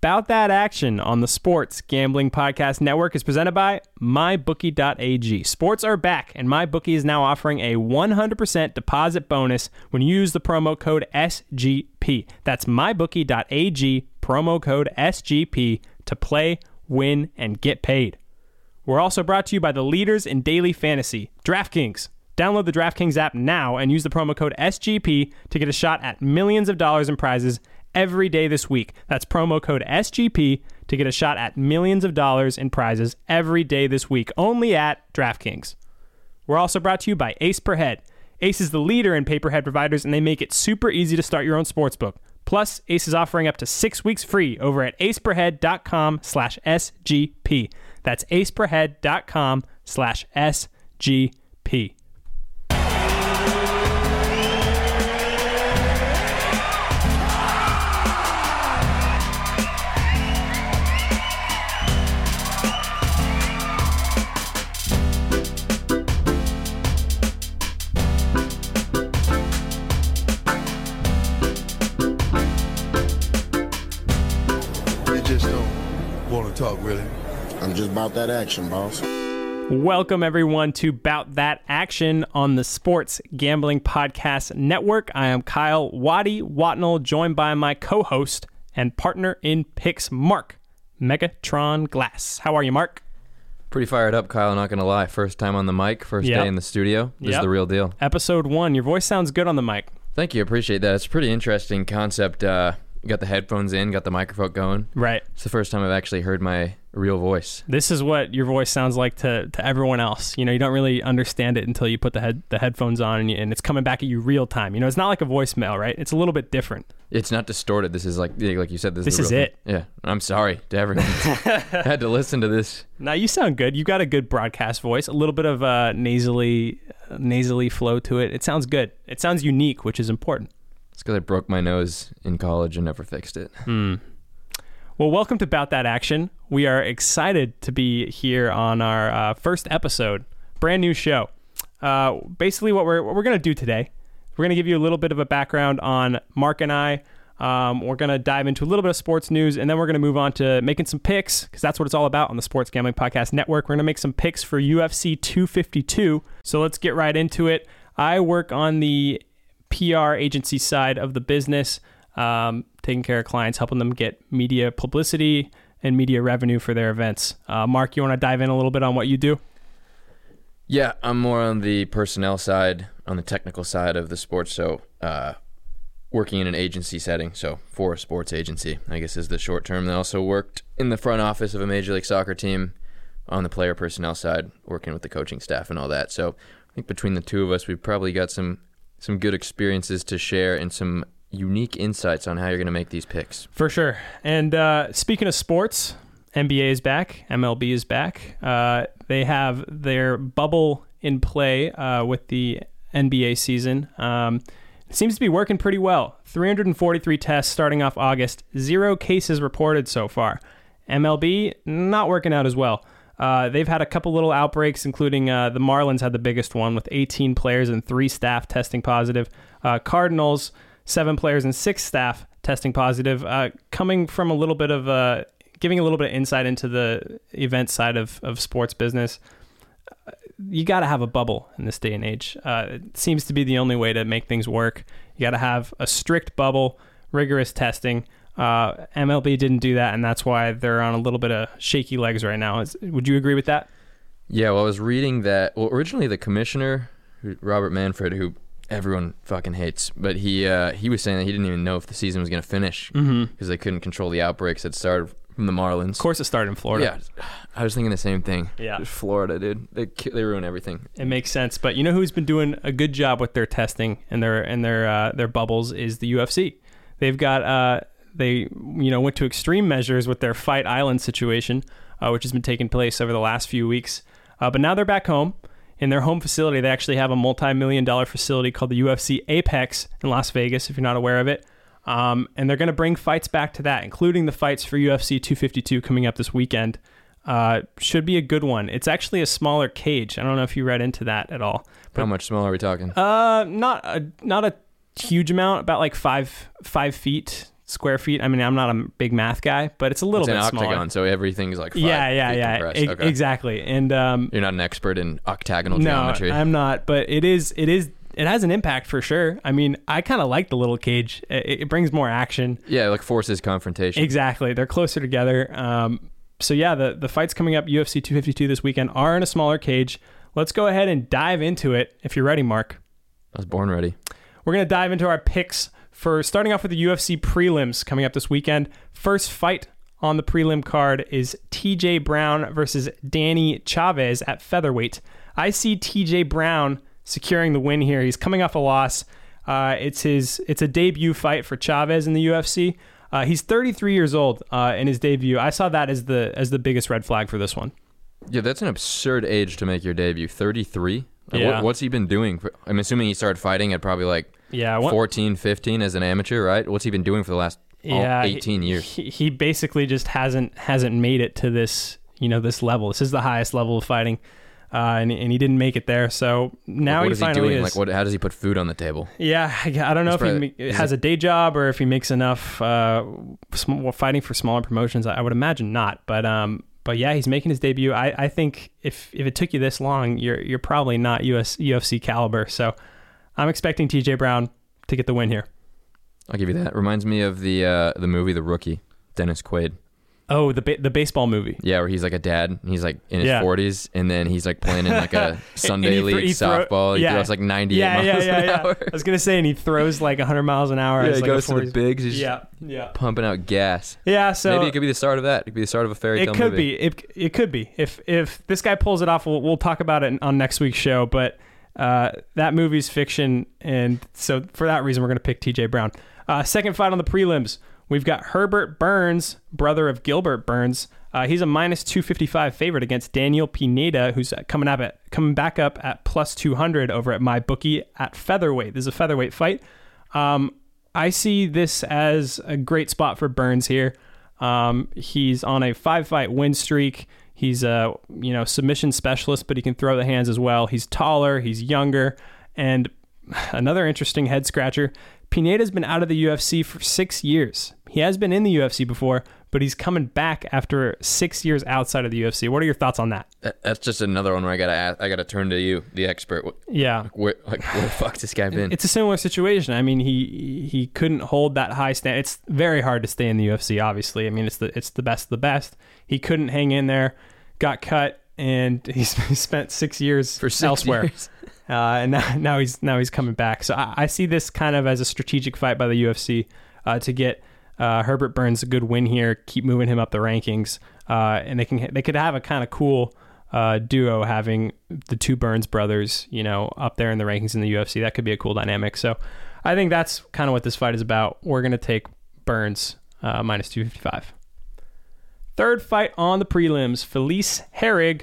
About That Action on the Sports Gambling Podcast Network is presented by MyBookie.ag. Sports are back, and MyBookie is now offering a 100% deposit bonus when you use the promo code SGP. That's MyBookie.ag, promo code SGP to play, win, and get paid. We're also brought to you by the leaders in daily fantasy, DraftKings. Download the DraftKings app now and use the promo code SGP to get a shot at millions of dollars in prizes every day this week. That's promo code SGP to get a shot at millions of dollars in prizes every day this week, only at DraftKings. We're also brought to you by Ace Per Head. Ace is the leader in paperhead providers, and they make it super easy to start your own sportsbook. Plus, Ace is offering up to six weeks free over at aceperhead.com slash SGP. That's aceperhead.com slash SGP. You just don't want to talk, really. I'm just about that action, boss. Welcome, everyone, to Bout That Action on the Sports Gambling Podcast Network. I am Kyle Waddy Watnell, joined by my co host and partner in picks, Mark Megatron Glass. How are you, Mark? Pretty fired up, Kyle. Not gonna lie. First time on the mic, first Yep. day in the studio. This Yep. is the real deal. Episode one, your voice sounds good on the mic. Thank you. Appreciate that. It's a pretty interesting concept. Uh, got the headphones in, got the microphone going. Right. It's the first time I've actually heard my real voice. This is what your voice sounds like to, to everyone else. You know, you don't really understand it until you put the head the headphones on and, you, and it's coming back at you real time. You know, it's not like a voicemail, right? It's a little bit different. It's not distorted. This is like, yeah, like you said, this, This is, the real is thing. Yeah. I'm sorry to everyone. had to listen to this. Now you sound good. You got a good broadcast voice. A little bit of uh, nasally nasally flow to it. It sounds good. It sounds unique, which is important. It's because I broke my nose in college and never fixed it. Well, welcome to About That Action. We are excited to be here on our uh, first episode, brand new show. Uh, basically, what we're what we're gonna do today, we're gonna give you a little bit of a background on Mark and I. Um, we're gonna dive into a little bit of sports news, and then we're gonna move on to making some picks because that's what it's all about on the Sports Gambling Podcast Network. We're gonna make some picks for UFC 252. So let's get right into it. I work on the PR agency side of the business, um, taking care of clients, helping them get media publicity and media revenue for their events. Uh, Mark, you want to dive in a little bit on what you do? Yeah, I'm more on the personnel side, on the technical side of the sport. So, uh, working in an agency setting, so for a sports agency, I guess is the short term. Then also worked in the front office of a major league soccer team, on the player personnel side, working with the coaching staff and all that. So, I think between the two of us, we've probably got some some good experiences to share and some unique insights on how you're going to make these picks. For sure. And uh, speaking of sports, NBA is back, MLB is back. Uh, they have their bubble in play uh, with the NBA season. Um, it seems to be working pretty well. 343 tests starting off August, zero cases reported so far. MLB not working out as well. Uh, they've had a couple little outbreaks, including uh, the Marlins had the biggest one with 18 players and three staff testing positive. Uh, Cardinals, seven players and six staff testing positive. Uh, coming from a little bit of uh, giving a little bit of insight into the event side of, of sports business, you got to have a bubble in this day and age. Uh, it seems to be the only way to make things work. You got to have a strict bubble, rigorous testing. Uh, MLB didn't do that, and that's why they're on a little bit of shaky legs right now. Is, would you agree with that? Yeah, well, I was reading that. Well, originally the commissioner, who- Robert Manfred, who everyone fucking hates, but he uh, he was saying that he didn't even know if the season was going to finish because they couldn't control the outbreaks that started from the Marlins. Mm-hmm. Of course, it started in Florida. Yeah, I was thinking the same thing. Yeah. Just Florida, dude. They ki- they ruin everything. It makes sense, but you know who's been doing a good job with their testing and their and their uh, their bubbles is the UFC. They've got uh, they you know went to extreme measures with their Fight Island situation, uh, which has been taking place over the last few weeks. Uh, but now they're back home in their home facility. They actually have a multi-million dollar facility called the UFC Apex in Las Vegas. If you're not aware of it, um, and they're going to bring fights back to that, including the fights for UFC 252 coming up this weekend. Uh, should be a good one. It's actually a smaller cage. I don't know if you read into that at all. How much smaller are we talking? Uh, not a not a huge amount, about like five five feet, square feet. I mean, I'm not a big math guy, but it's a little It's an bit smaller. octagon, so everything's like five Yeah, yeah, feet yeah. compressed. E- Okay. Exactly. And um, You're not an expert in octagonal no, geometry. I'm not. But it is. It is. It has an impact for sure. I mean, I kind of like the little cage. It, it brings more action. yeah, like forces confrontation. Exactly. They're closer together. Um, so yeah, the the fights coming up UFC 252 this weekend are in a smaller cage. Let's go ahead and dive into it if you're ready, Mark. I was born ready. We're going to dive into our picks for starting off with the UFC prelims coming up this weekend. First fight on the prelim card is TJ Brown versus Danny Chavez at featherweight. I see TJ Brown securing the win here. He's coming off a loss. Uh, it's his it's a debut fight for Chavez in the UFC. Uh, he's 33 years old uh, in his debut. I saw that as the as the biggest red flag for this one. Yeah, that's an absurd age to make your debut. 33? Like, Yeah. What, what's he been doing? For, I'm assuming he started fighting at probably like Yeah, what- 14, 15 as an amateur, right? What's he been doing for the last all yeah, 18 he- years? He, he basically just hasn't hasn't made it to this you know this level. This is the highest level of fighting, uh, and and he didn't make it there. So now Like, what he is he finally is. doing? Like, what? How does he put food on the table? yeah, I I don't know if He's he probably- ma- is has a day job or if he makes enough uh, sm- well, fighting for smaller promotions. I, I would imagine not, but um. But yeah, he's making his debut. I, I think if, if it took you this long, you're you're probably not US UFC caliber. So I'm expecting TJ Brown to get the win here. I'll give you that. Reminds me of the uh, the movie The Rookie, Dennis Quaid. Oh, the ba- the baseball movie. Yeah, where he's like a dad. And he's like in his Yeah. 40s, and then he's like playing in like a Sunday And he thro- league he throw- softball. He throws like 98 yeah, miles yeah, yeah, an yeah. hour. I was gonna say, and he throws like 100 miles an hour. Yeah, as, he like, a goes to the 40s. bigs. He's Yeah, just yeah, pumping out gas. yeah. So Maybe it could be the start of that. It could be the start of a fairy it tale could movie. be. It, it could be. If if this guy pulls it off, we'll, we'll talk about it on next week's show. But uh, that movie's fiction, and so for that reason, we're going to pick T.J. Brown. Uh, second fight on the prelims, we've got Herbert Burns, brother of Gilbert Burns. Uh, he's a minus 255 favorite against Daniel Pineda, who's uh, coming up at coming back up at plus 200 over at my bookie at featherweight. This is a featherweight fight. Um, I see this as a great spot for Burns here. Um, he's on a five-fight win streak. He's a you know submission specialist, but he can throw the hands as well. He's taller, he's younger, and another interesting head scratcher. Pineda's been out of the UFC for six years. He has been in the UFC before, but he's coming back after six years outside of the UFC. What are your thoughts on that? That- That's just another one where I gotta ask, I gotta turn to you, the expert. What- Yeah, Where like where the fuck's this guy been? it's a similar situation. I mean, he he couldn't hold that high stand. It's very hard to stay in the UFC. Obviously, I mean, it's the it's the best of the best. He couldn't hang in there, got cut, and he's he spent six years For six elsewhere. years. Uh, and now, now he's now he's coming back. So I, I see this kind of as a strategic fight by the UFC uh, to get uh, Herbert Burns a good win here, keep moving him up the rankings, uh, and they can they could have a kind of cool uh, duo having the two Burns brothers, you know, up there in the rankings in the UFC. That could be a cool dynamic. So I think that's kind of what this fight is about. We're gonna take Burns uh, minus two fifty five. Third fight on the prelims, Felice Herrig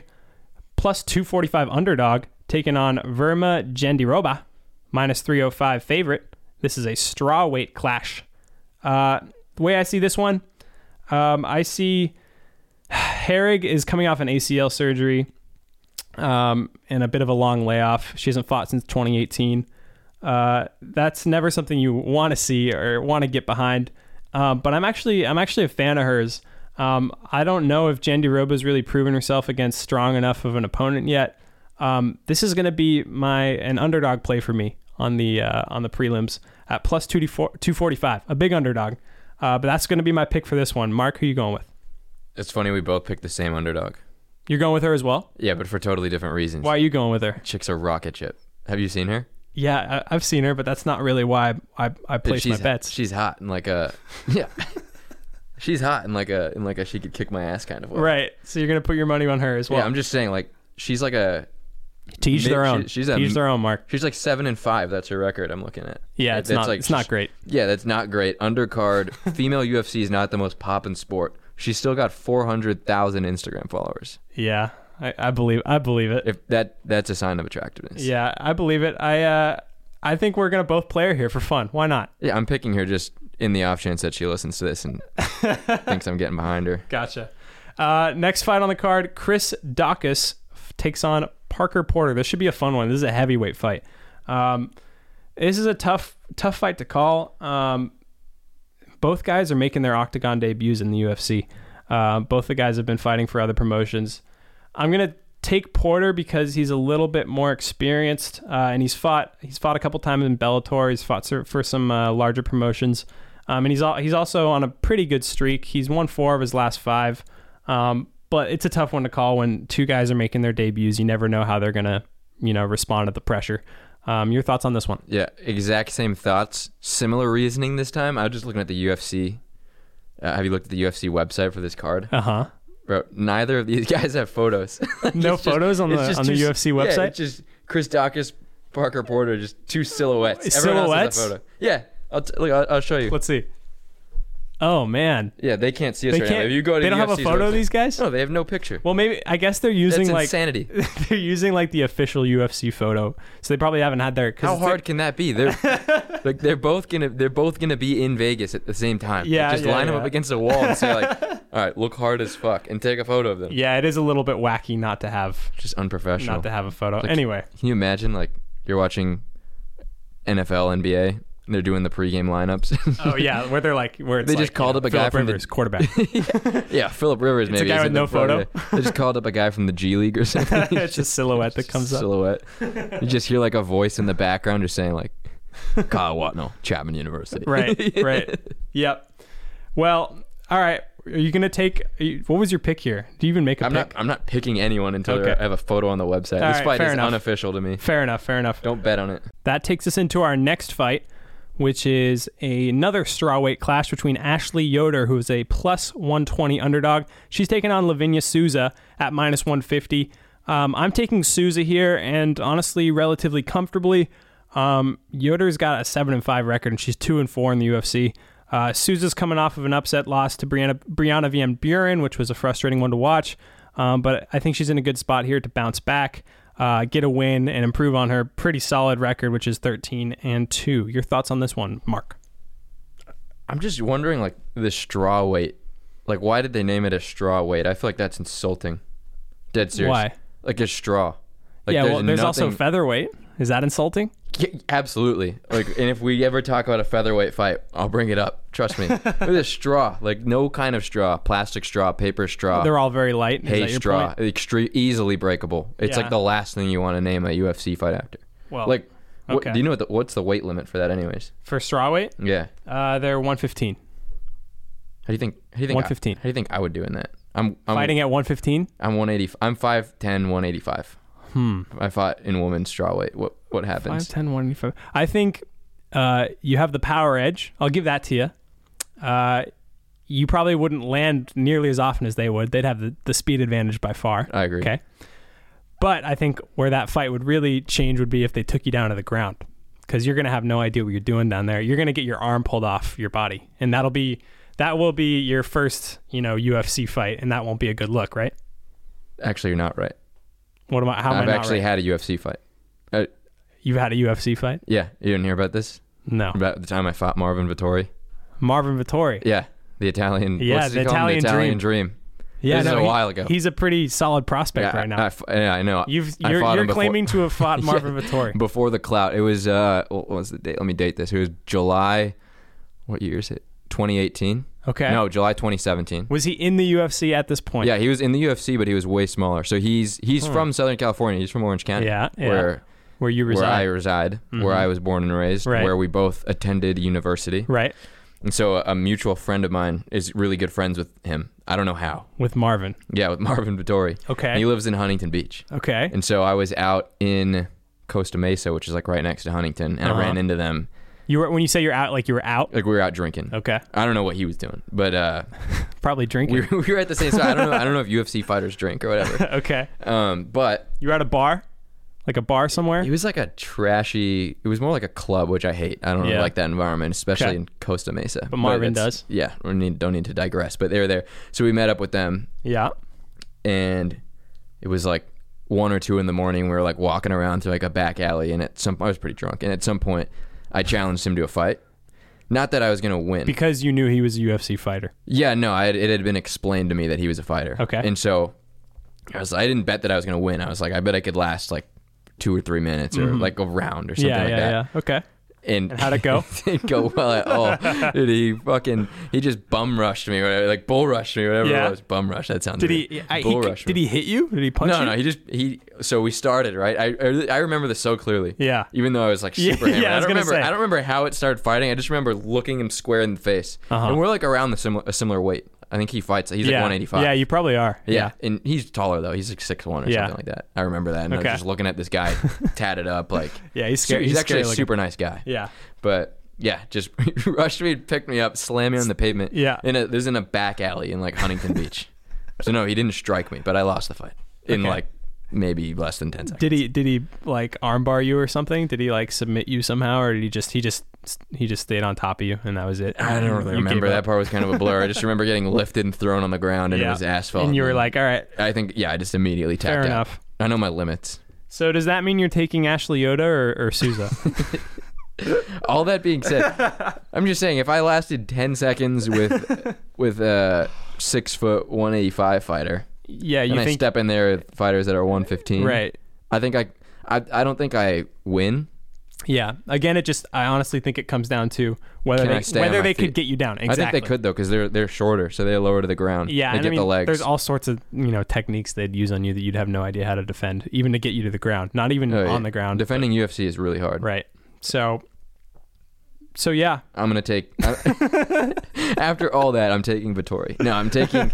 plus 245 underdog, taking on Verma Gendiroba, minus 305 favorite. This is a straw weight clash. Uh, the way I see this one, um, I see Herrig is coming off an ACL surgery um, and a bit of a long layoff. She hasn't fought since 2018. Uh, that's never something you want to see or want to get behind. Um, but I'm actually I'm actually a fan of hers. Um, I don't know if Jandy Roba's really proven herself against strong enough of an opponent yet. Um, this is going to be my an underdog play for me on the uh, on the prelims at plus 245, a big underdog. Uh, but that's going to be my pick for this one. Mark, who you going with? It's funny we both picked the same underdog. You're going with her as well. Yeah, but for totally different reasons. Why are you going with her? Chicks are rocket ship. Have you seen her? Yeah, I, I've seen her, but that's not really why I I, I Dude, place my she's, bets. She's hot and like a yeah. she's hot and like a and like a she could kick my ass kind of way. right. So you're going to put your money on her as well. yeah, I'm just saying like she's like a To each Mid- their own. she- she's a- to each their own, Mark. she's like seven and five. That's her record. I'm looking at. Yeah, it's That's not- it's not great. Yeah, that's not great. Undercard female UFC is not the most poppin' sport. She's still got four hundred thousand Instagram followers. Yeah, I, I believe I believe it. If that that's a sign of attractiveness. yeah, I believe it. I uh, I think we're gonna both play her here for fun. Why not? Yeah, I'm picking her just in the off chance that she listens to this and thinks I'm getting behind her. Gotcha. Uh, next fight on the card: Chris Dawkins f- takes on Parker Porter. This should be a fun one. This is a heavyweight fight. Um, this is a tough tough fight to call. Um, Both guys are making their octagon debuts in the UFC. Uh, both the guys have been fighting for other promotions. I'm gonna take Porter because he's a little bit more experienced, uh, and he's fought he's fought a couple times in Bellator. He's fought ser- for some uh, larger promotions, um, and he's al- he's also on a pretty good streak. He's won four of his last five, um, but it's a tough one to call when two guys are making their debuts. You never know how they're gonna you know respond to the pressure. Um, your thoughts on this one? Yeah, exact same thoughts. Similar reasoning this time. I was just looking at the UFC. Uh, have you looked at the UFC website for this card? Uh huh. Bro, neither of these guys have photos. Like, No it's photos on it's the- on the two- UFC Yeah, website? it's just Chris Dawkins, Parker Porter, just two silhouettes. Else Silhouettes? has a photo. Yeah, I'll t- look. I'll, I'll show you. Let's see. Oh man, yeah, they can't see us They right now. can't- If you go to they the don't have a UFC's photo of website- these guys? No, they have no picture. Well, maybe I guess they're using That's like insanity. they're using like the official UFC photo, so they probably haven't had their. 'cause How it's like- hard can that be? They're like they're both gonna they're both gonna be in Vegas at the same time. Like, Yeah, just yeah, line them yeah. up against a wall and say like, "All right, look hard as fuck," and take a photo of them. yeah, it is a little bit wacky not to have Just unprofessional. not to have a photo. Like, anyway, Can you imagine like you're watching NFL, NBA, and they're doing the pregame lineups? oh yeah, where they're like where it's They like, just you called know, up a guy Phillip from the- Rivers, quarterback. yeah, Philip Rivers It's a maybe. guy is with in the no photo. today. They just called up a guy from the G League or something. it's a silhouette that comes up. silhouette. You just hear like a voice in the background just saying like, "Kyle Watnell, Chapman University." Right, right. Yep. Well, all right. Are you gonna take? are you- What was your pick here? Do you even make a I'm pick? not. I'm not picking anyone until Okay. I have a photo on the website. All this right, fight fair is enough. unofficial to me. Fair enough. Fair enough. Don't bet on it. That takes us into our next fight, which is another strawweight clash between Ashley Yoder, who is a plus 120 underdog. She's taking on Lavinia Souza at minus 150. Um, I'm taking Souza here, and honestly, relatively comfortably. Um, Yoder's got a seven and five record, and she's two and four in the UFC. Uh, Souza's coming off of an upset loss to Brianna, Brianna Van Buren, which was a frustrating one to watch. Um, but I think she's in a good spot here to bounce back, uh, get a win, and improve on her pretty solid record, which is 13 and 2. Your thoughts on this one, Mark? I'm just wondering, like the straw weight. Like, why did they name it a straw weight? I feel like that's insulting. Dead serious. Why? Like a straw. Like, yeah, well, there's also nothing- featherweight. Is that insulting? Yeah, absolutely. Like, and if we ever talk about a featherweight fight, I'll bring it up. Trust me. Look at this straw. Like no kind of straw, plastic straw, paper straw. They're all very light. Is hay that your Uh, straw, point? extreme, easily breakable. It's Yeah. like the last thing you want to name a UFC fight after. Well, like, Oh, what, okay. do you know what the, what's the weight limit for that, anyways? For strawweight, Yeah. uh, they're 115. How do you think? How do you think? 115. I, how do you think I would do in that? I'm, I'm Fighting at 115? I'm 180. I'm 5'10", 185. Hmm. I fought in women's straw weight. What what happens? 5'10", 185. I think uh, you have the power edge. I'll give that to you. Uh, you probably wouldn't land nearly as often as they would. They'd have the, the speed advantage by far. I agree. Okay. But I think where that fight would really change would be if they took you down to the ground because you're going to have no idea what you're doing down there. You're going to get your arm pulled off your body, and that'll be that will be your first you know UFC fight, and that won't be a good look, right? Actually, you're not right. What am I? How am I I've not actually right? had a UFC fight. Uh, You've had a UFC fight? yeah, you didn't hear about this? No. About the time I fought Marvin Vittori? Marvin Vittori. Yeah, the Italian. Yeah, what's he the called? Italian the Italian Dream. Yeah, this is no, a he- while ago. He's a pretty solid prospect yeah, right now. I, I f- yeah, I know. You've I you're, fought you're him before- claiming to have fought Yeah. Marvin Vittori. before the clout. It was uh, what was the date? Let me date this. It was July. What year is it? 2018. Okay. No, July 2017. Was he in the UFC at this point? Yeah, he was in the UFC, but he was way smaller. So he's he's from Southern California. He's from Orange County. Hmm. Yeah, yeah. Where Where you where I reside? reside, where I was born and raised, Right. where we both attended university. right. And so a, a mutual friend of mine is really good friends with him. I don't know how. With Marvin. Yeah, with Marvin Vittori. Okay. And he lives in Huntington Beach. Okay. And so I was out in Costa Mesa, which is like right next to Huntington, and Uh-huh. I ran into them. You were when you say you're out, like you were out. Like we were out drinking. Okay, I don't know what he was doing, but uh, probably we, drinking. were- we were at the same. So I don't know. I don't know if UFC fighters drink or whatever. okay, Um, but you were at a bar, like a bar somewhere. It was like a trashy. It was more like a club, which I hate. I don't Yeah. like that environment, especially Okay. in Costa Mesa. But Marvin it's- does. Yeah, we need, don't need to digress. But they were there, so we met up with them, yeah, and it was like one or two in the morning. We were like walking around through like a back alley, and at some, I was pretty drunk, and at some point, I challenged him to a fight. Not that I was gonna win. because you knew he was a UFC fighter. Yeah, no, I, it had been explained to me that he was a fighter. Okay. and so I was, I didn't bet that I was gonna win. I was like, I bet I could last like two or three minutes or like a round or something Mm-hmm. yeah, like yeah, that. yeah. Okay, and, how'd it go? didn't go well at all. Dude, he fucking he just bum rushed me, whatever, like bull rushed me, whatever Yeah. it was. Bum rush. That sounds Did weird. he? I, bull he rushed did me. he hit you? Did he punch No, you? no, he just he. So we started right. I I- I remember this so clearly. Yeah. Even though I was like Yeah, super yeah, hammered. I I, was don't gonna remember. say. I don't remember how it started fighting. I just remember looking him square in the face. And we're like around the similar a similar weight. I think he fights. He's Uh-huh. yeah. like 185. Yeah, you probably are. Yeah. and he's taller though. He's like six one or Yeah. something like that. I remember that. And I Okay. was just looking at this guy tatted up, like Yeah, he's su- scary- He's, he's actually a scary looking. super nice guy. Yeah. but yeah, just rushed me, picked me up, slammed me on the pavement. Yeah. in a, this is in a back alley in like Huntington Beach. So no, he didn't strike me, but I lost the fight in Okay. like maybe less than ten seconds. Did he? Did he like armbar you or something? Did he like submit you somehow, or did he just he just he just stayed on top of you and that was it? I don't really You remember. gave That up. part was kind of a blur. I just remember getting lifted and thrown on the ground, and Yeah. it was asphalt. And you were like, all right. I think yeah, I just immediately tapped Fair out. enough. I know my limits. So does that mean you're taking Ashley Yoda or, or Souza? All that being said, I'm just saying if I lasted 10 seconds with with a six foot 185 fighter, yeah, you and I think step in there with fighters that are 115, right? I think I, I I don't think I win. Yeah. Again, it just I honestly think it comes down to whether Can I they stay on whether my they could feet? get you down. Exactly. I think they could though because they're they're shorter, so they're lower to the ground. Yeah, they and get I mean, the legs. there's all sorts of you know techniques they'd use on you that you'd have no idea how to defend, even to get you to the ground. Not even Oh, yeah. on the ground. Defending UFC is really hard. Right. So. So yeah, I'm gonna take. after all that, I'm taking Vittori. No, I'm taking.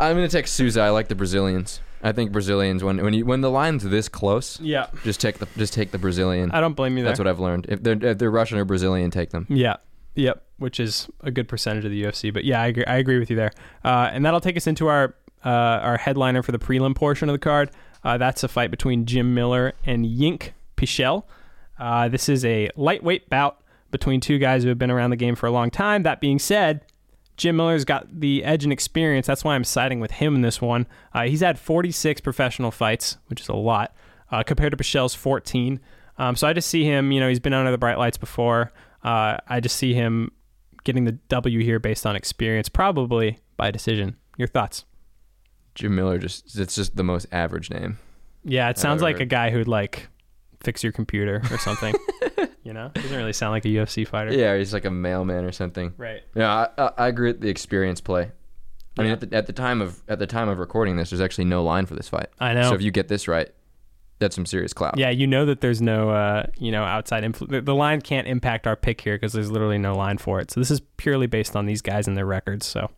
I'm gonna take Souza. I like the Brazilians. I think Brazilians when when you when the line's this close, yeah. just take the just take the Brazilian. I don't Mm. blame you there. That's what I've learned. If they're if they're Russian or Brazilian, take them. Yeah. Yep. Which is a good percentage of the UFC. But yeah, I agree, I agree with you there. Uh, and that'll take us into our uh, our headliner for the prelim portion of the card. Uh, that's a fight between Jim Miller and Yink Pichel. Uh, this is a lightweight bout between two guys who have been around the game for a long time. That being said, Jim Miller's got the edge and experience. That's why I'm siding with him in this one. Uh, he's had 46 professional fights, which is a lot, uh, compared to Pichel's 14. Um, so I just see him, you know, he's been under the bright lights before. Uh, I just see him getting the W here based on experience, probably by decision. Your thoughts? Jim Miller just it's just the most average name. Yeah, it sounds like However- a guy who'd like fix your computer or something. you know, doesn't really sound like a UFC fighter. Yeah, he's like a mailman or something. Right. Yeah, I, I, I agree with the experience play. I mean, at the, at the time of at the time of recording this, there's actually no line for this fight. I know. So if you get this right, that's some serious clout. Yeah, you know that there's no, uh, you know, outside influ- the, the line can't impact our pick here because there's literally no line for it. So this is purely based on these guys and their records. So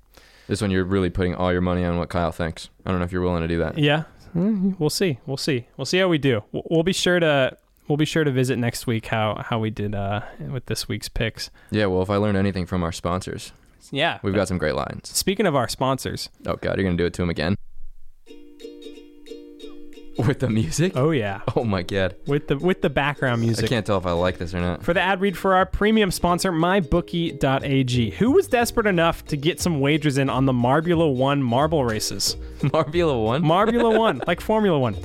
This one, you're really putting all your money on what Kyle thinks. I don't know if you're willing to do that. yeah, Mm, we'll see, we'll see, we'll see how we do. We'll, we'll be sure to we'll be sure to visit next week how how we did uh, with this week's picks. Yeah. Well, if I learned anything from our sponsors, Yeah, we've got some great lines. Speaking of our sponsors, Oh God, you're gonna do it to him again with the music. oh yeah, Oh my God, with the with the background I music. can't tell if I like this or not. for the ad read for our premium sponsor, MyBookie.ag. Who was desperate enough to get some wagers in on the Marbula 1 marble races? Marbula one. Marbula One, like Formula One.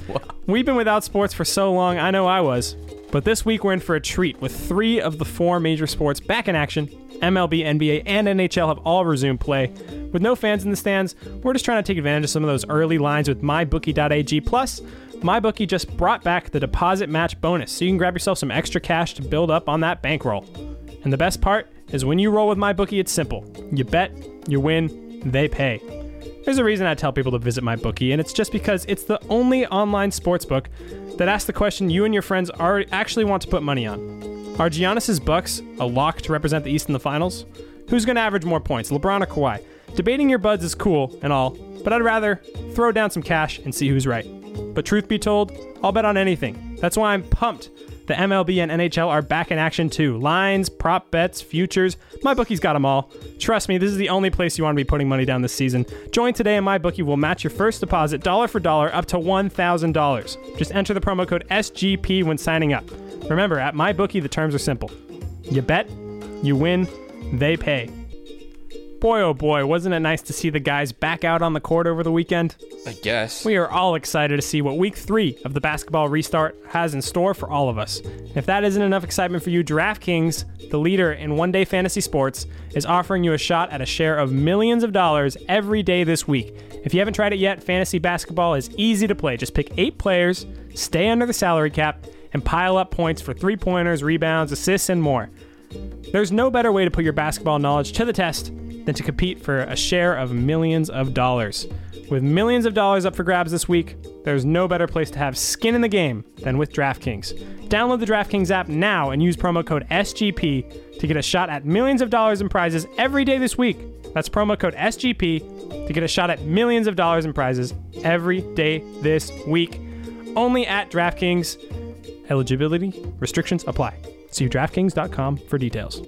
We've been without sports for so long, I know I was. But this week we're in for a treat with three of the four major sports back in action. MLB, NBA, and NHL have all resumed play. With no fans in the stands, we're just trying to take advantage of some of those early lines with mybookie.ag. Plus, MyBookie just brought back the deposit match bonus, so you can grab yourself some extra cash to build up on that bankroll. And the best part is when you roll with MyBookie, it's simple. You bet, you win, they pay. There's a reason I tell people to visit my bookie, and it's just because it's the only online sportsbook that asks the question you and your friends are actually want to put money on. Are Giannis's Bucks a lock to represent the East in the finals? Who's going to average more points, LeBron or Kawhi? Debating your buds is cool and all, but I'd rather throw down some cash and see who's right. But truth be told, I'll bet on anything. That's why I'm pumped. The MLB and NHL are back in action too. Lines, prop bets, futures. My bookie's got them all. Trust me, this is the only place you want to be putting money down this season. Join today and my bookie will match your first deposit dollar for dollar up to $1,000. Just enter the promo code SGP when signing up. Remember, at my bookie, the terms are simple. You bet, you win, they pay. Boy, oh boy, wasn't it nice to see the guys back out on the court over the weekend? I guess. We are all excited to see what week three of the basketball restart has in store for all of us. If that isn't enough excitement for you, DraftKings, the leader in one day fantasy sports, is offering you a shot at a share of millions of dollars every day this week. If you haven't tried it yet, fantasy basketball is easy to play. Just pick eight players, stay under the salary cap, and pile up points for three pointers, rebounds, assists, and more. There's no better way to put your basketball knowledge to the test than to compete for a share of millions of dollars. With millions of dollars up for grabs this week, there's no better place to have skin in the game than with DraftKings. Download the DraftKings app now and use promo code SGP to get a shot at millions of dollars in prizes every day this week. That's promo code SGP to get a shot at millions of dollars in prizes every day this week. Only at DraftKings. Eligibility restrictions apply. See DraftKings.com for details.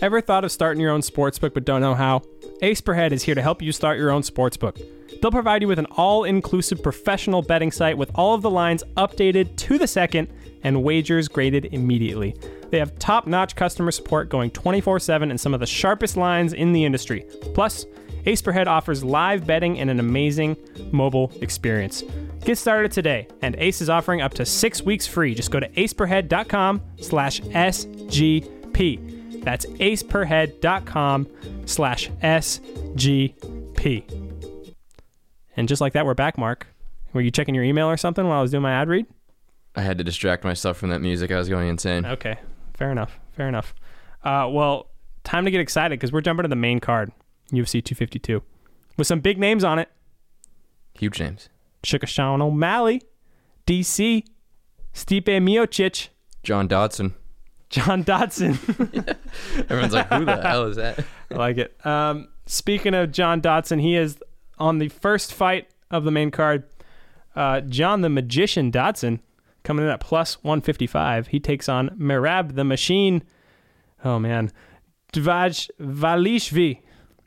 Ever thought of starting your own sportsbook but don't know how? Ace Per Head is here to help you start your own sportsbook. They'll provide you with an all inclusive professional betting site with all of the lines updated to the second and wagers graded immediately. They have top notch customer support going 24 7 and some of the sharpest lines in the industry. Plus, Ace Per Head offers live betting and an amazing mobile experience. Get started today, and Ace is offering up to six weeks free. Just go to aceperhead.com slash SGP. That's aceperhead.com slash SGP. And just like that, we're back, Mark. Were you checking your email or something while I was doing my ad read? I had to distract myself from that music. I was going insane. Okay, fair enough. Fair enough. Uh, well, time to get excited because we're jumping to the main card, UFC 252, with some big names on it. Huge names. Shukashan O'Malley, DC, Stipe Miocic, John Dodson. John Dotson. Everyone's like, who the hell is that? I like it. Um, speaking of John Dotson, he is on the first fight of the main card. Uh, John the Magician Dotson coming in at plus 155. He takes on Merab the Machine. Oh, man. Dvaj Valishvi.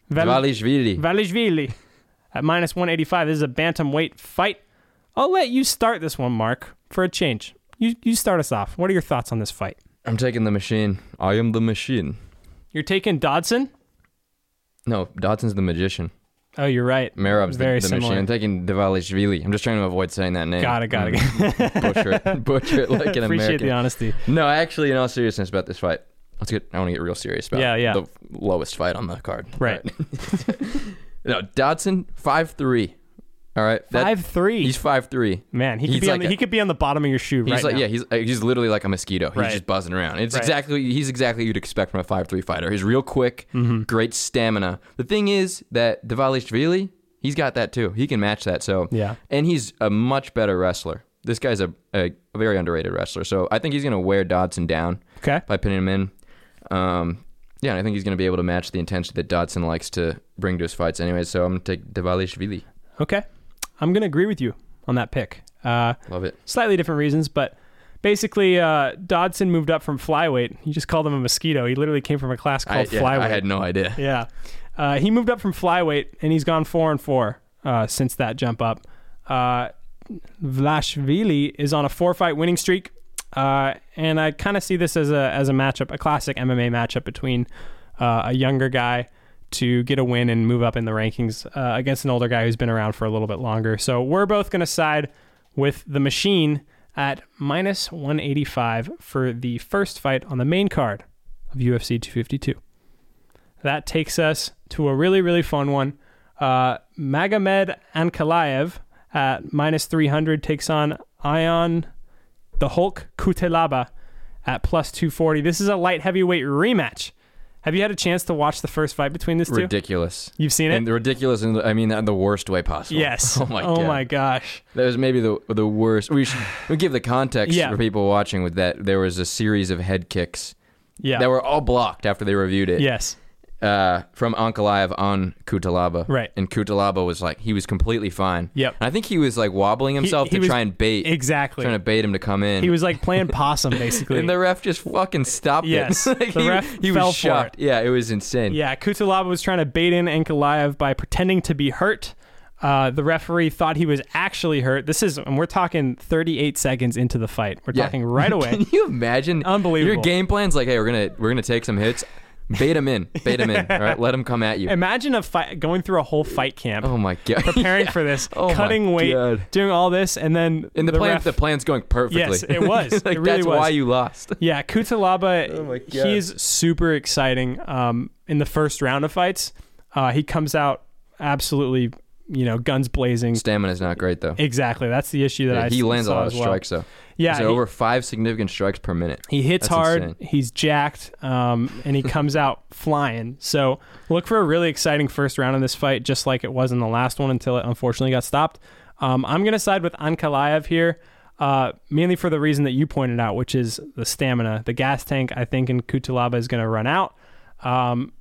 Val- Valishvili. Valishvili at minus 185. This is a bantamweight fight. I'll let you start this one, Mark, for a change. You, you start us off. What are your thoughts on this fight? I'm taking the machine. I am the machine. You're taking Dodson? No, Dodson's the magician. Oh, you're right. Merab's the, Very the similar. machine. I'm taking Devalishvili. I'm just trying to avoid saying that name. Mm. Got it, got it. butcher it, butcher it like an Appreciate American. the honesty. No, actually, in all seriousness about this fight, let's get. I want to get real serious about. Yeah, yeah. The lowest fight on the card. Right. no, Dodson five three. All right. That- Five three. He's five three. Man, he could he's be on like the, a- he could be on the bottom of your shoe He's right like now. yeah. He's uh, he's literally like a mosquito. He's Right. just buzzing around. It's Right. exactly he's exactly you'd expect from a five three fighter. He's real quick, Mm-hmm. great stamina. The thing is that Devalishvili, he's got that too. He can match that. So Yeah. and he's a much better wrestler. This guy's a, a very underrated wrestler. So I think he's gonna wear Dodson down. Okay. by pinning him in. Um, yeah, and I think he's going to be able to match the intensity that Dodson likes to bring to his fights anyway. So I'm going to take Devalishvili. Okay. I'm gonna agree with you on that pick. Uh, Love it. slightly different reasons, but basically uh, Dodson moved up from flyweight. You just called him a mosquito. He literally came from a class I, called yeah, flyweight. I had no idea. Yeah. Uh, he moved up from flyweight and he's gone four and four uh, since that jump up. Uh, Vlashvili is on a four fight winning streak. Uh, and I kind of see this as a as a matchup, a classic MMA matchup between uh, a younger guy to get a win and move up in the rankings uh, against an older guy who's been around for a little bit longer. So we're both going to side with the machine at minus 185 for the first fight on the main card of UFC 252 that takes us to a really really fun one. Uh, Magomed Ankalaev at minus 300 takes on Ion the Hulk Kutelaba at plus 240. This is a light heavyweight rematch. Have you had a chance to watch the first fight between these two? Ridiculous. You've seen it? And ridiculous, and I mean that in the worst way possible. Yes. Oh my oh god. my gosh. That was maybe the the worst. We should we give the context Yeah. for people watching with that. There was a series of head kicks Yeah. that were all blocked after they reviewed it. yes. uh, from Ankalaev on Kutalaba. Right. And Kutalaba was like, he was completely fine. Yep. And I think he was like wobbling himself he to was- try and bait. exactly. Trying to bait him to come in. He was like playing possum basically. And the ref just fucking stopped Yes. it. Like, The he, ref he fell was for shocked. Yeah, it was insane. Yeah, Kutalaba was trying to bait in Ankalaev by pretending to be hurt. Uh, the referee thought he was actually hurt. This is, and we're talking 38 seconds into the fight. We're Yeah. talking right away. Can you imagine? Unbelievable. Your game plan's like, hey, we're gonna we're gonna take some hits, bait him in, bait him in. All right, let him come at you. Imagine a fight going through a whole fight camp, Oh my god. preparing for this, Oh my cutting weight, God. doing all this, and then And the, plan ref- the plan's going perfectly. Yes, it was. like It really that's was. why you lost. Yeah, Kutalaba, Oh my God. he's super exciting um, in the first round of fights. Uh, he comes out absolutely you know, guns blazing. Stamina is not great though. Exactly. That's the issue that Yeah, I he lands a saw lot of as well. strikes though. Yeah, So he- over five significant strikes per minute. He hits That's hard. insane. He's jacked, um, and he comes out flying. So look for a really exciting first round in this fight, just like it was in the last one, until it unfortunately got stopped. Um, I'm gonna side with Ankalaev here, uh, mainly for the reason that you pointed out, which is the stamina. The gas tank, I think, in Kutalaba is gonna run out. Um,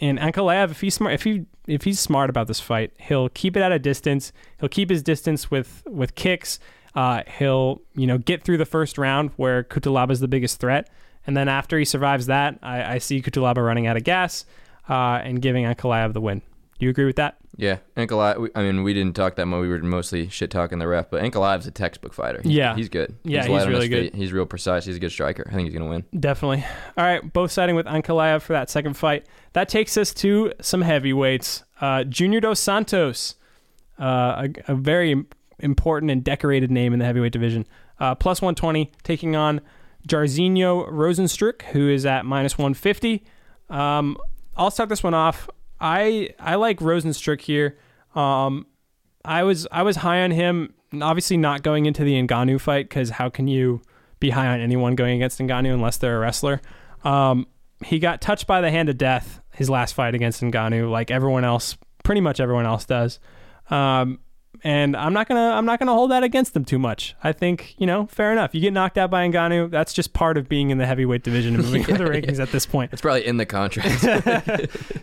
and Ankalaev, if he's smart, if he if he's smart about this fight, he'll keep it at a distance. He'll keep his distance with with kicks. Uh, he'll you know get through the first round where Kutulaba is the biggest threat, and then after he survives that, I, I see Kutulaba running out of gas uh, and giving Ankalaev the win. Do you agree with that? Yeah, Ankalaev. we- I mean, we didn't talk that much. We were mostly shit talking the ref, but Ankalaev's a textbook fighter. He- Yeah. he's good. Yeah, light he's on his really good. feet. He's real precise. He's a good striker. I think he's gonna win. Definitely. All right, both siding with Ankalaev for that second fight. That takes us to some heavyweights. Uh, Junior Dos Santos, uh, a, a very im- important and decorated name in the heavyweight division, uh, plus 120, taking on Jarzinho Rosenstruck, who is at minus 150. Um, I'll start this one off. I I like Rosenstruck here. Um, I was I was high on him. Obviously, not going into the Ngannou fight because how can you be high on anyone going against Ngannou unless they're a wrestler? Um, he got touched by the hand of death his last fight against Ngannou, like everyone else, pretty much everyone else does. Um, and I'm not gonna I'm not gonna hold that against him too much. I think you know, fair enough. You get knocked out by Ngannou, that's just part of being in the heavyweight division and moving up the rankings at this point. It's probably in the contract.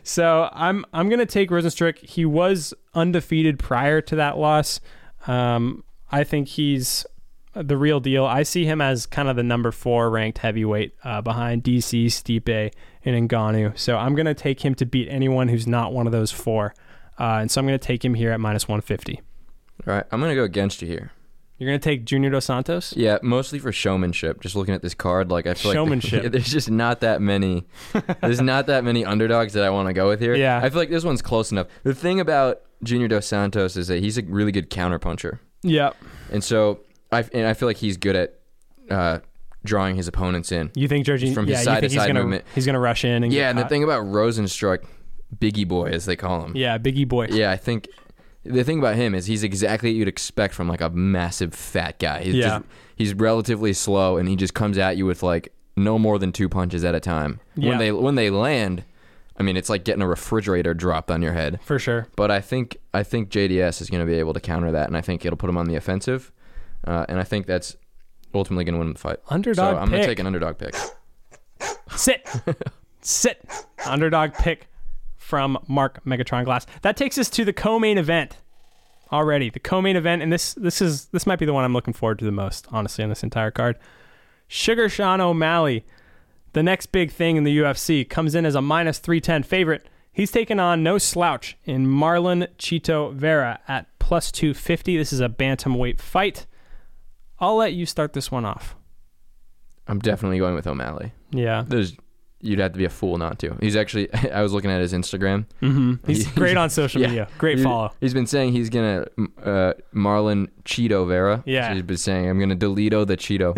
So I'm I'm gonna take Rosenstruck. He was undefeated prior to that loss. Um, I think he's the real deal. I see him as kind of the number four ranked heavyweight uh, behind DC, Stipe, and Ngannou. So I'm gonna take him to beat anyone who's not one of those four. Uh, and so I'm gonna take him here at minus 150. All right, I'm gonna go against you here. You're gonna take Junior Dos Santos. Yeah, mostly for showmanship. Just looking at this card, like I feel like Showmanship. yeah, there's just not that many. there's not that many underdogs that I want to go with here. Yeah. I feel like this one's close enough. The thing about Junior Dos Santos is that he's a really good counterpuncher, Yeah. and so I and I feel like he's good at uh, drawing his opponents in. You think Georgie? From yeah, his you side to think he's side gonna movement. he's gonna rush in and Yeah, get and the caught? thing about Rosenstruck, Biggie Boy as they call him. Yeah, Biggie Boy. Yeah, I think the thing about him is he's exactly what you'd expect from like a massive fat guy. He's Yeah. just, he's relatively slow and he just comes at you with like no more than two punches at a time. Yeah. When they when they land, I mean it's like getting a refrigerator dropped on your head. for sure. But I think I think JDS is going to be able to counter that, and I think it'll put him on the offensive, uh, and I think that's ultimately going to win the fight. Underdog So I'm pick. going to take an underdog pick. Sit. Sit. Underdog pick from Mark Megatron Glass. That takes us to the co-main event. Already, the co-main event, and this this is this might be the one I'm looking forward to the most, honestly, on this entire card. Sugar Sean O'Malley, the next big thing in the UFC, comes in as a minus 310 favorite. He's taken on no slouch in Marlon Chito Vera at plus 250. This is a bantamweight fight. I'll let you start this one off. I'm definitely going with O'Malley. Yeah. There's you'd have to be a fool not to. He's actually I was looking at his Instagram. He's great on social Mm-hmm. Yeah. media. Great He- follow. He's been saying he's gonna uh, Marlon Cheeto Vera. Yeah. he's been saying I'm gonna Delito the Cheeto,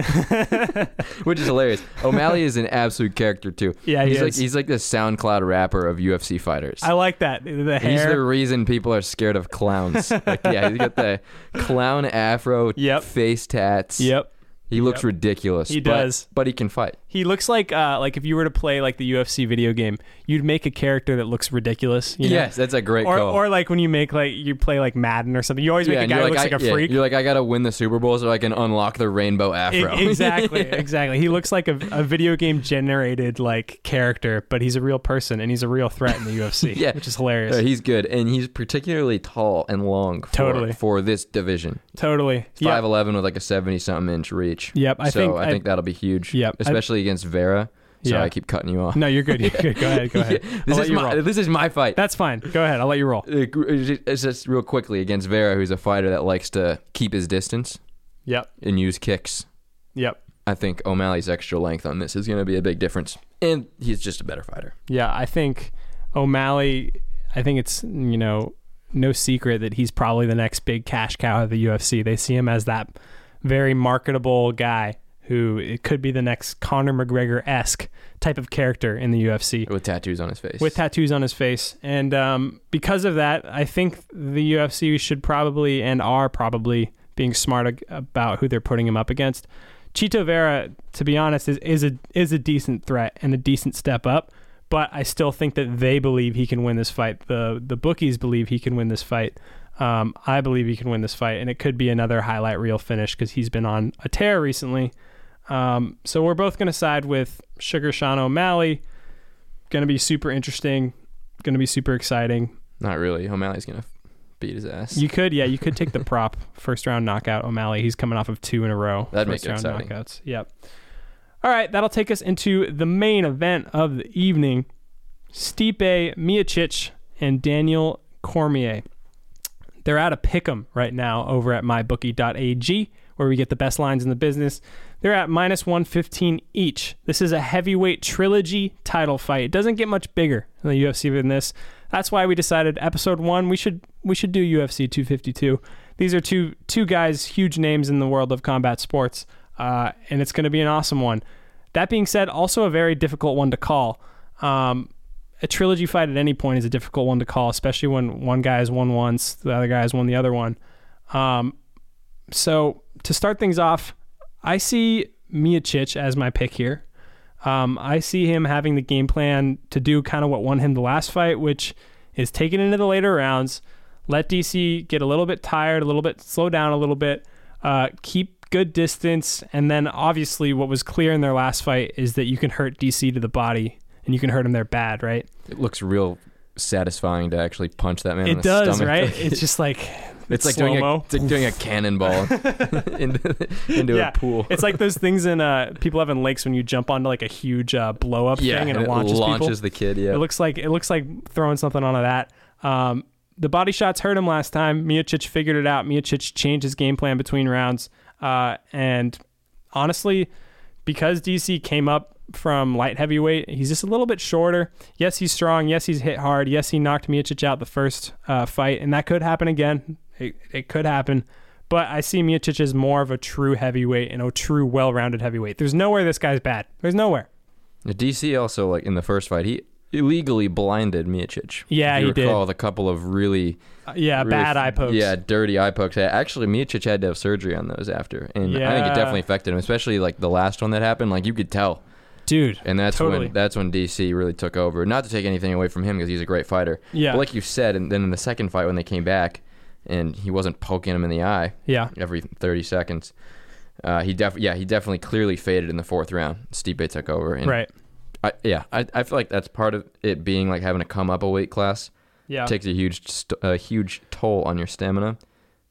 which is hilarious. O'Malley is an absolute character too. Yeah, he he's like is. he's like the SoundCloud rapper of UFC fighters. I like that. The He's the hair. reason people are scared of clowns. like, yeah, he's got the clown afro, Yep. face tats. yep. He looks ridiculous. He but- does. But he can fight. He looks like uh, like if you were to play like the UFC video game, you'd make a character that looks ridiculous. You know? Yes, that's a great Or, call. or like when you make like you play like Madden or something, you always make a and guy who you're looks I, like a yeah, freak. You're like, I gotta win the Super Bowl so I can unlock the rainbow E- afro. exactly, exactly. He looks like a, a video game generated like character, but he's a real person and he's a real threat in the UFC, Yeah. which is hilarious. Uh, he's good, and he's particularly tall and long. For, Totally. for this division, totally. five Yep. eleven with like a seventy something inch reach. Yep, I so think- I I- think that'll be huge. Yep, I- especially against Vera. Sorry, Yeah. I keep cutting you off. No, you're good. You're good. Go ahead. Go ahead. I'll this let is you my roll. this is my fight. That's fine. Go ahead. I'll let you roll. Uh, it's just real quickly against Vera, who's a fighter that likes to keep his distance Yep. and use kicks. Yep. I think O'Malley's extra length on this is going to be a big difference, and he's just a better fighter. Yeah, I think O'Malley. I think it's you know no secret that he's probably the next big cash cow of the UFC. They see him as that very marketable guy who it could be the next Conor McGregor esque type of character in the UFC with tattoos on his face. with tattoos on his face. And um, because of that, I think the UFC should probably and are probably being smart ag- about who they're putting him up against. Chito Vera, to be honest, is, is a is a decent threat and a decent step up, but I still think that they believe he can win this fight. The the bookies believe he can win this fight. Um, I believe he can win this fight, and it could be another highlight reel finish because he's been on a tear recently. Um, so we're both going to side with Sugar Sean O'Malley going to be super interesting. Going to be super exciting. Not really. O'Malley's gonna f- beat his ass. You could, yeah, you could take the prop first round knockout O'Malley. He's coming off of two in a row. That'd make first it round exciting. knockouts. Yep. All right, that'll take us into the main event of the evening: Stipe Miocic and Daniel Cormier. They're at a pick'em right now over at mybookie.ag, where we get the best lines in the business. They're at minus 115 each. This is a heavyweight trilogy title fight. It doesn't get much bigger in the UFC than this. That's why we decided episode one we should we should do UFC 252. These are two two guys, huge names in the world of combat sports, uh, and it's going to be an awesome one. That being said, also a very difficult one to call. Um, a trilogy fight at any point is a difficult one to call, especially when one guy has won once, the other guy has won the other one. Um, so to start things off, I see Miocic as my pick here. Um, I see him having the game plan to do kind of what won him the last fight, which is take it into the later rounds, let DC get a little bit tired, a little bit slow down a little bit, uh, keep good distance, and then obviously what was clear in their last fight is that you can hurt DC to the body and you can hurt him there bad, right? it looks real satisfying to actually punch that man. in it the does, stomach. right? it's just like It's like doing a, slow-mo. it's like doing a cannonball into, into a pool. it's like those things in uh, people have in lakes when you jump onto like a huge uh, blow up yeah, thing and, and it launches, people. the kid. Yeah, It looks like it looks like throwing something onto that. Um, the body shots hurt him last time. Miocic figured it out. Miocic changed his game plan between rounds, uh, and honestly, because DC came up from light heavyweight, he's just a little bit shorter. Yes, he's strong. Yes, he's hit hard. Yes, he knocked Miocic out the first uh, fight, and that could happen again. It, it could happen. But I see Miocic as more of a true heavyweight and a true well-rounded heavyweight. There's nowhere this guy's bad. There's nowhere. The DC also like in the first fight he illegally blinded Miocic. Yeah, If you he did. recall, The couple of really, Uh, yeah, really- bad eye pokes. Yeah, dirty eye pokes. Actually, Miocic had to have surgery on those after, and I think Yeah. it definitely affected him. Especially like the last one that happened, like you could tell. dude. And that's Totally. when that's when DC really took over. Not to take anything away from him because he's a great fighter. Yeah. But like you said, and then in the second fight when they came back, and he wasn't poking him in the eye Yeah. every 30 seconds. Uh, he def yeah he definitely clearly faded in the fourth round. Stipe took over. And Right. I, yeah, I, I feel like that's part of it being like having to come up a weight class. Yeah. Takes a huge st- a huge toll on your stamina,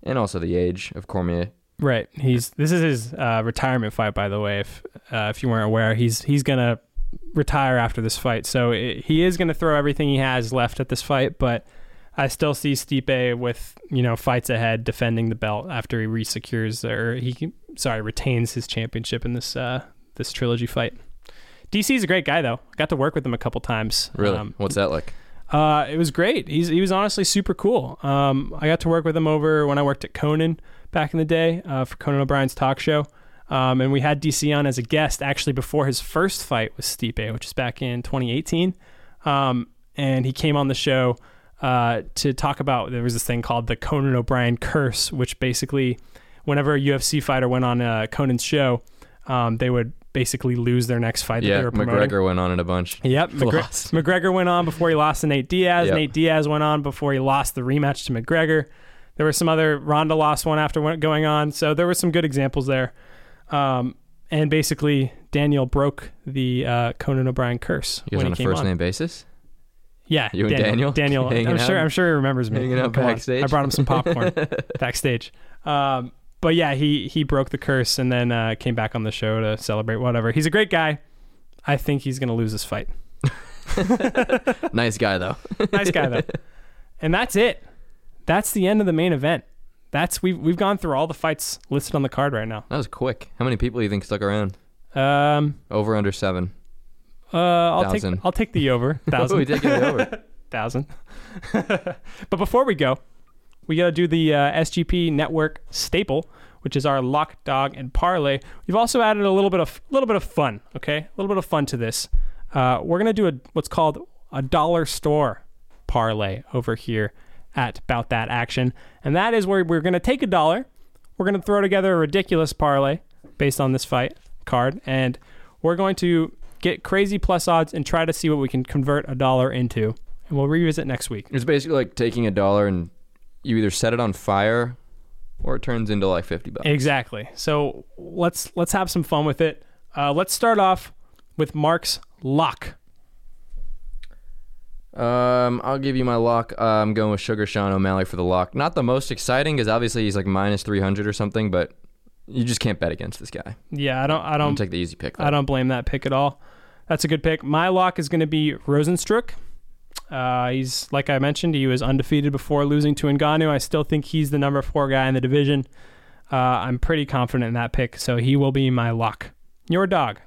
and also the age of Cormier. right. He's this is his uh, retirement fight, by the way. If uh, if you weren't aware, he's he's gonna retire after this fight, so it, he is gonna throw everything he has left at this fight. But I still see Stipe with you know fights ahead, defending the belt after he resecures or he can- sorry retains his championship in this uh, this trilogy fight. DC's a great guy though. Got to work with him a couple times. Really, Um, what's that like? Uh, it was great. He's he was honestly super cool. Um, I got to work with him over when I worked at Conan back in the day uh, for Conan O'Brien's talk show, um, and we had DC on as a guest actually before his first fight with Stipe, which is back in 2018. Um, and he came on the show uh, to talk about there was this thing called the Conan O'Brien curse, which basically, whenever a UFC fighter went on uh, Conan's show, um, they would basically lose their next fight that Yeah, they were promoting. McGregor went on it a bunch. Yep, McGre- Lost. McGregor went on before he lost to Nate Diaz. Yep. Nate Diaz went on before he lost the rematch to McGregor. There were some other Ronda lost one after one- going on, so there were some good examples there. Um, and basically, Daniel broke the uh, Conan O'Brien curse You guys when on he a came first on. name basis? Yeah, You and Daniel? Daniel, Hanging I'm out? sure. I'm sure he remembers me. Hanging out Come on. backstage? I brought him some popcorn backstage. Um, but yeah, he he broke the curse and then uh, came back on the show to celebrate. Whatever. He's a great guy. I think he's gonna lose this fight. nice guy though. nice guy though. And that's it. That's the end of the main event. That's we've we've gone through all the fights listed on the card right now. That was quick. How many people do you think stuck around? Um, Over under seven. uh, I'll Thousand. take I'll take the over we thousand taking it over. thousand. but before we go, we gotta do the uh, SGP network staple, which is our lock, dog, and parlay. We've also added a little bit of little bit of fun. Okay, a little bit of fun to this. Uh, we're gonna do a what's called a dollar store parlay over here at About That Action, and that is where we're gonna take a dollar. We're gonna throw together a ridiculous parlay based on this fight card, and we're going to get crazy plus odds and try to see what we can convert a dollar into. And we'll revisit next week. It's basically like taking a dollar and you either set it on fire or it turns into like 50 bucks. Exactly. So let's let's have some fun with it. Uh, let's start off with Mark's lock. Um, I'll give you my lock. Uh, I'm going with Sugar Sean O'Malley for the lock. Not the most exciting because obviously he's like minus 300 or something, but you just can't bet against this guy. Yeah, I don't I I'm don't take the easy pick. Though. Um, I don't blame that pick at all. That's a good pick. My lock is going to be Rosenstruck. Uh, he's like I mentioned, he was undefeated before losing to Ngannou. I still think he's the number four guy in the division. Uh, I'm pretty confident in that pick, so he will be my lock. Your dog,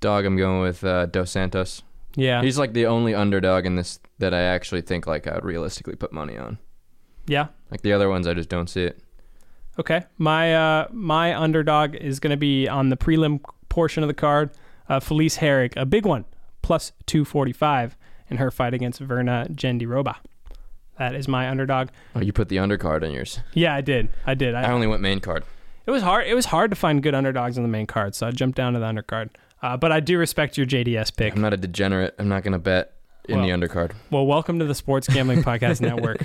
Dog, I'm going with uh, Dos Santos. yeah, He's like the only underdog in this that I actually think like I'd realistically put money on. yeah, Like the other ones, I just don't see it. Okay. My uh my underdog is going to be on the prelim portion of the card. Uh, Felice Herrick, a big one, plus 245 in her fight against Verna Gendiroba. That is my underdog. Oh, you put the undercard on yours. Yeah, I did. I did. I I, only went main card. it was hard. It was hard to find good underdogs on the main card, so I jumped down to the undercard. Uh, but I do respect your JDS pick. I'm not a degenerate. I'm not going to bet in the Well. undercard. Well, welcome to the Sports Gambling Podcast Network.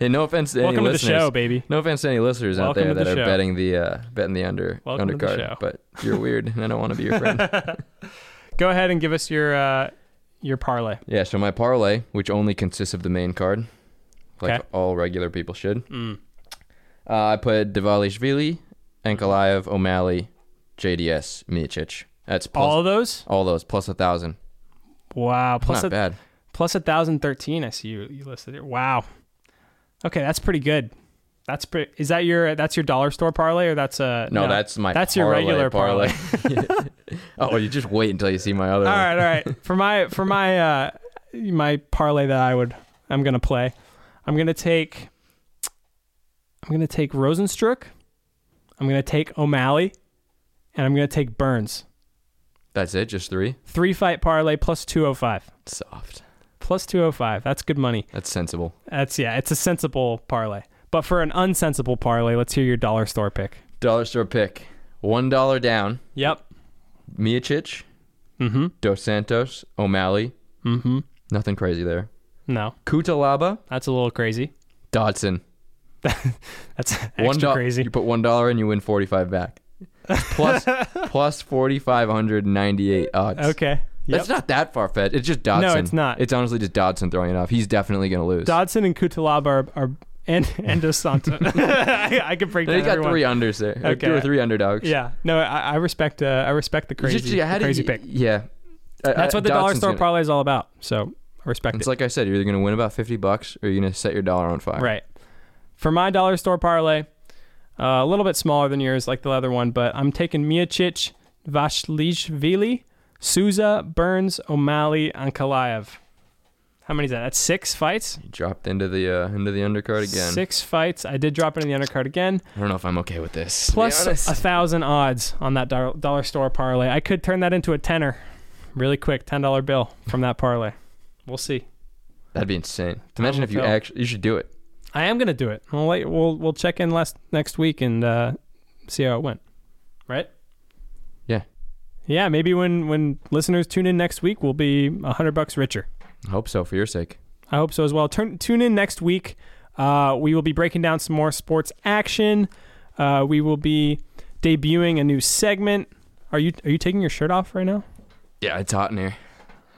Hey, no offense to Welcome any to the listeners. show, baby. No offense to any listeners Welcome to out there the that are show. betting the uh, betting the under Welcome to the undercard, show. but you're weird and I don't want to be your friend. Go ahead and give us your uh, your parlay. yeah, so my parlay, which only consists of the main card, like Okay. Mm. all regular people should, uh, I put Divalishvili, Ankalaev, O'Malley, JDS, Miocic. That's plus, All all of those? all those plus a thousand. Wow. Plus Not a, bad. plus a thousand thirteen. I see you you listed here. Wow. Okay, that's pretty good. That's pretty. Is that your that's your dollar store parlay or that's a No, that's my that's your parlay, regular parlay. oh, you just wait until you see my other all one. right, all right. For my for my uh my parlay that I would I'm gonna play. I'm gonna take. I'm gonna take Rosenstruck. I'm gonna take O'Malley, and I'm gonna take Burns. That's it, just three. Three fight parlay plus two hundred five. Soft. Plus two hundred five. That's good money. That's sensible. That's yeah, it's a sensible parlay. But for an unsensible parlay, let's hear your dollar store pick. Dollar store pick. One dollar down. Yep. Miocic, Mm-hmm. Dos Santos, O'Malley. Mm-hmm. Nothing crazy there. No, Kutalaba, that's a little crazy. Dodson. That's extra One do- crazy. You put one dollar in, you win forty five back. Plus plus forty five hundred ninety eight odds. Okay. Yep. That's not that far fetched. It's just Dodson. it's not. It's honestly just Dodson throwing it off. He's definitely gonna lose. Dodson and Kutalaba are, are and and Dos Santos. I, I could break down they got everyone. three unders there. Like Okay. Two or three underdogs. Yeah. No, I, I respect. Uh, I respect the It's crazy, just- yeah, how the do crazy you- pick. Yeah. I- That's I- what the dollar Dodson's store gonna- parlay is all about. So I respect it. It's like I said, you're either gonna win about fifty bucks or you're gonna set your dollar on fire. Right. For my dollar store parlay, uh, a little bit smaller than yours, like the leather one, but I'm taking Miocic, Vashlishvili, Souza, Burns, O'Malley, Ankalaev. How many is that? That's six fights. You dropped into the uh, into the undercard again. Six fights. I did drop it in the undercard again. I don't know if I'm okay with this. to be Plus honest. a thousand odds on that dollar, dollar store parlay. I could turn that into a tenner, really quick, ten dollar bill from that parlay. We'll see. That'd be insane. Imagine if you Hotel. actually you should do it. I am gonna do it. We'll let- we'll we'll check in last next week and uh, see how it went. Right. Yeah, Yeah, maybe when when listeners tune in next week, we'll be a hundred bucks richer. I hope so for your sake. I hope so as well. Turn, tune in next week. Uh, we will be breaking down some more sports action. Uh, we will be debuting a new segment. Are you are you taking your shirt off right now? Yeah, it's hot in here.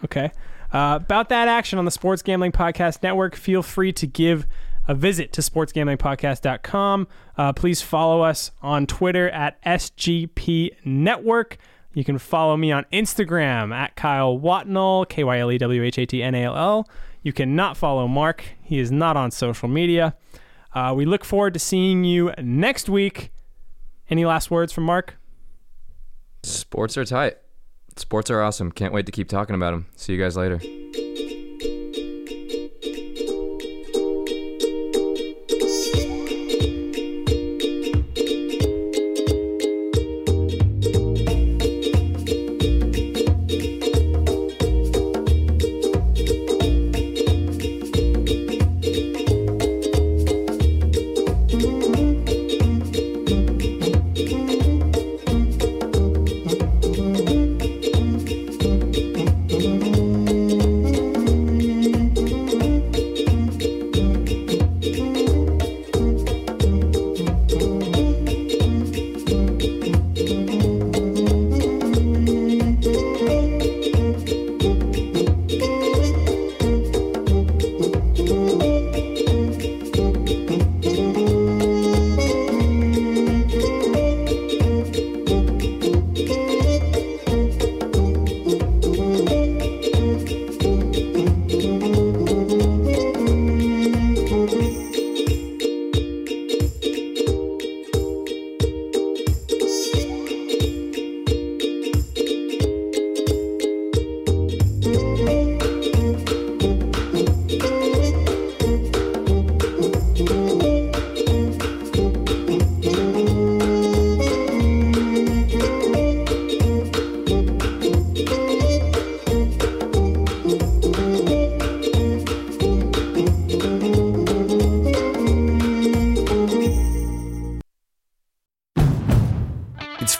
Okay. Uh, about that action on the Sports Gambling Podcast Network, feel free to give a visit to sportsgamblingpodcast.com. Uh, please follow us on Twitter at SGP Network. You can follow me on Instagram at Kyle Watnall, K Y L E W H A T N A L L. You cannot follow Mark, he is not on social media. Uh, we look forward to seeing you next week. Any last words from Mark? Sports are tight. Sports are awesome. Can't wait to keep talking about them. See you guys later.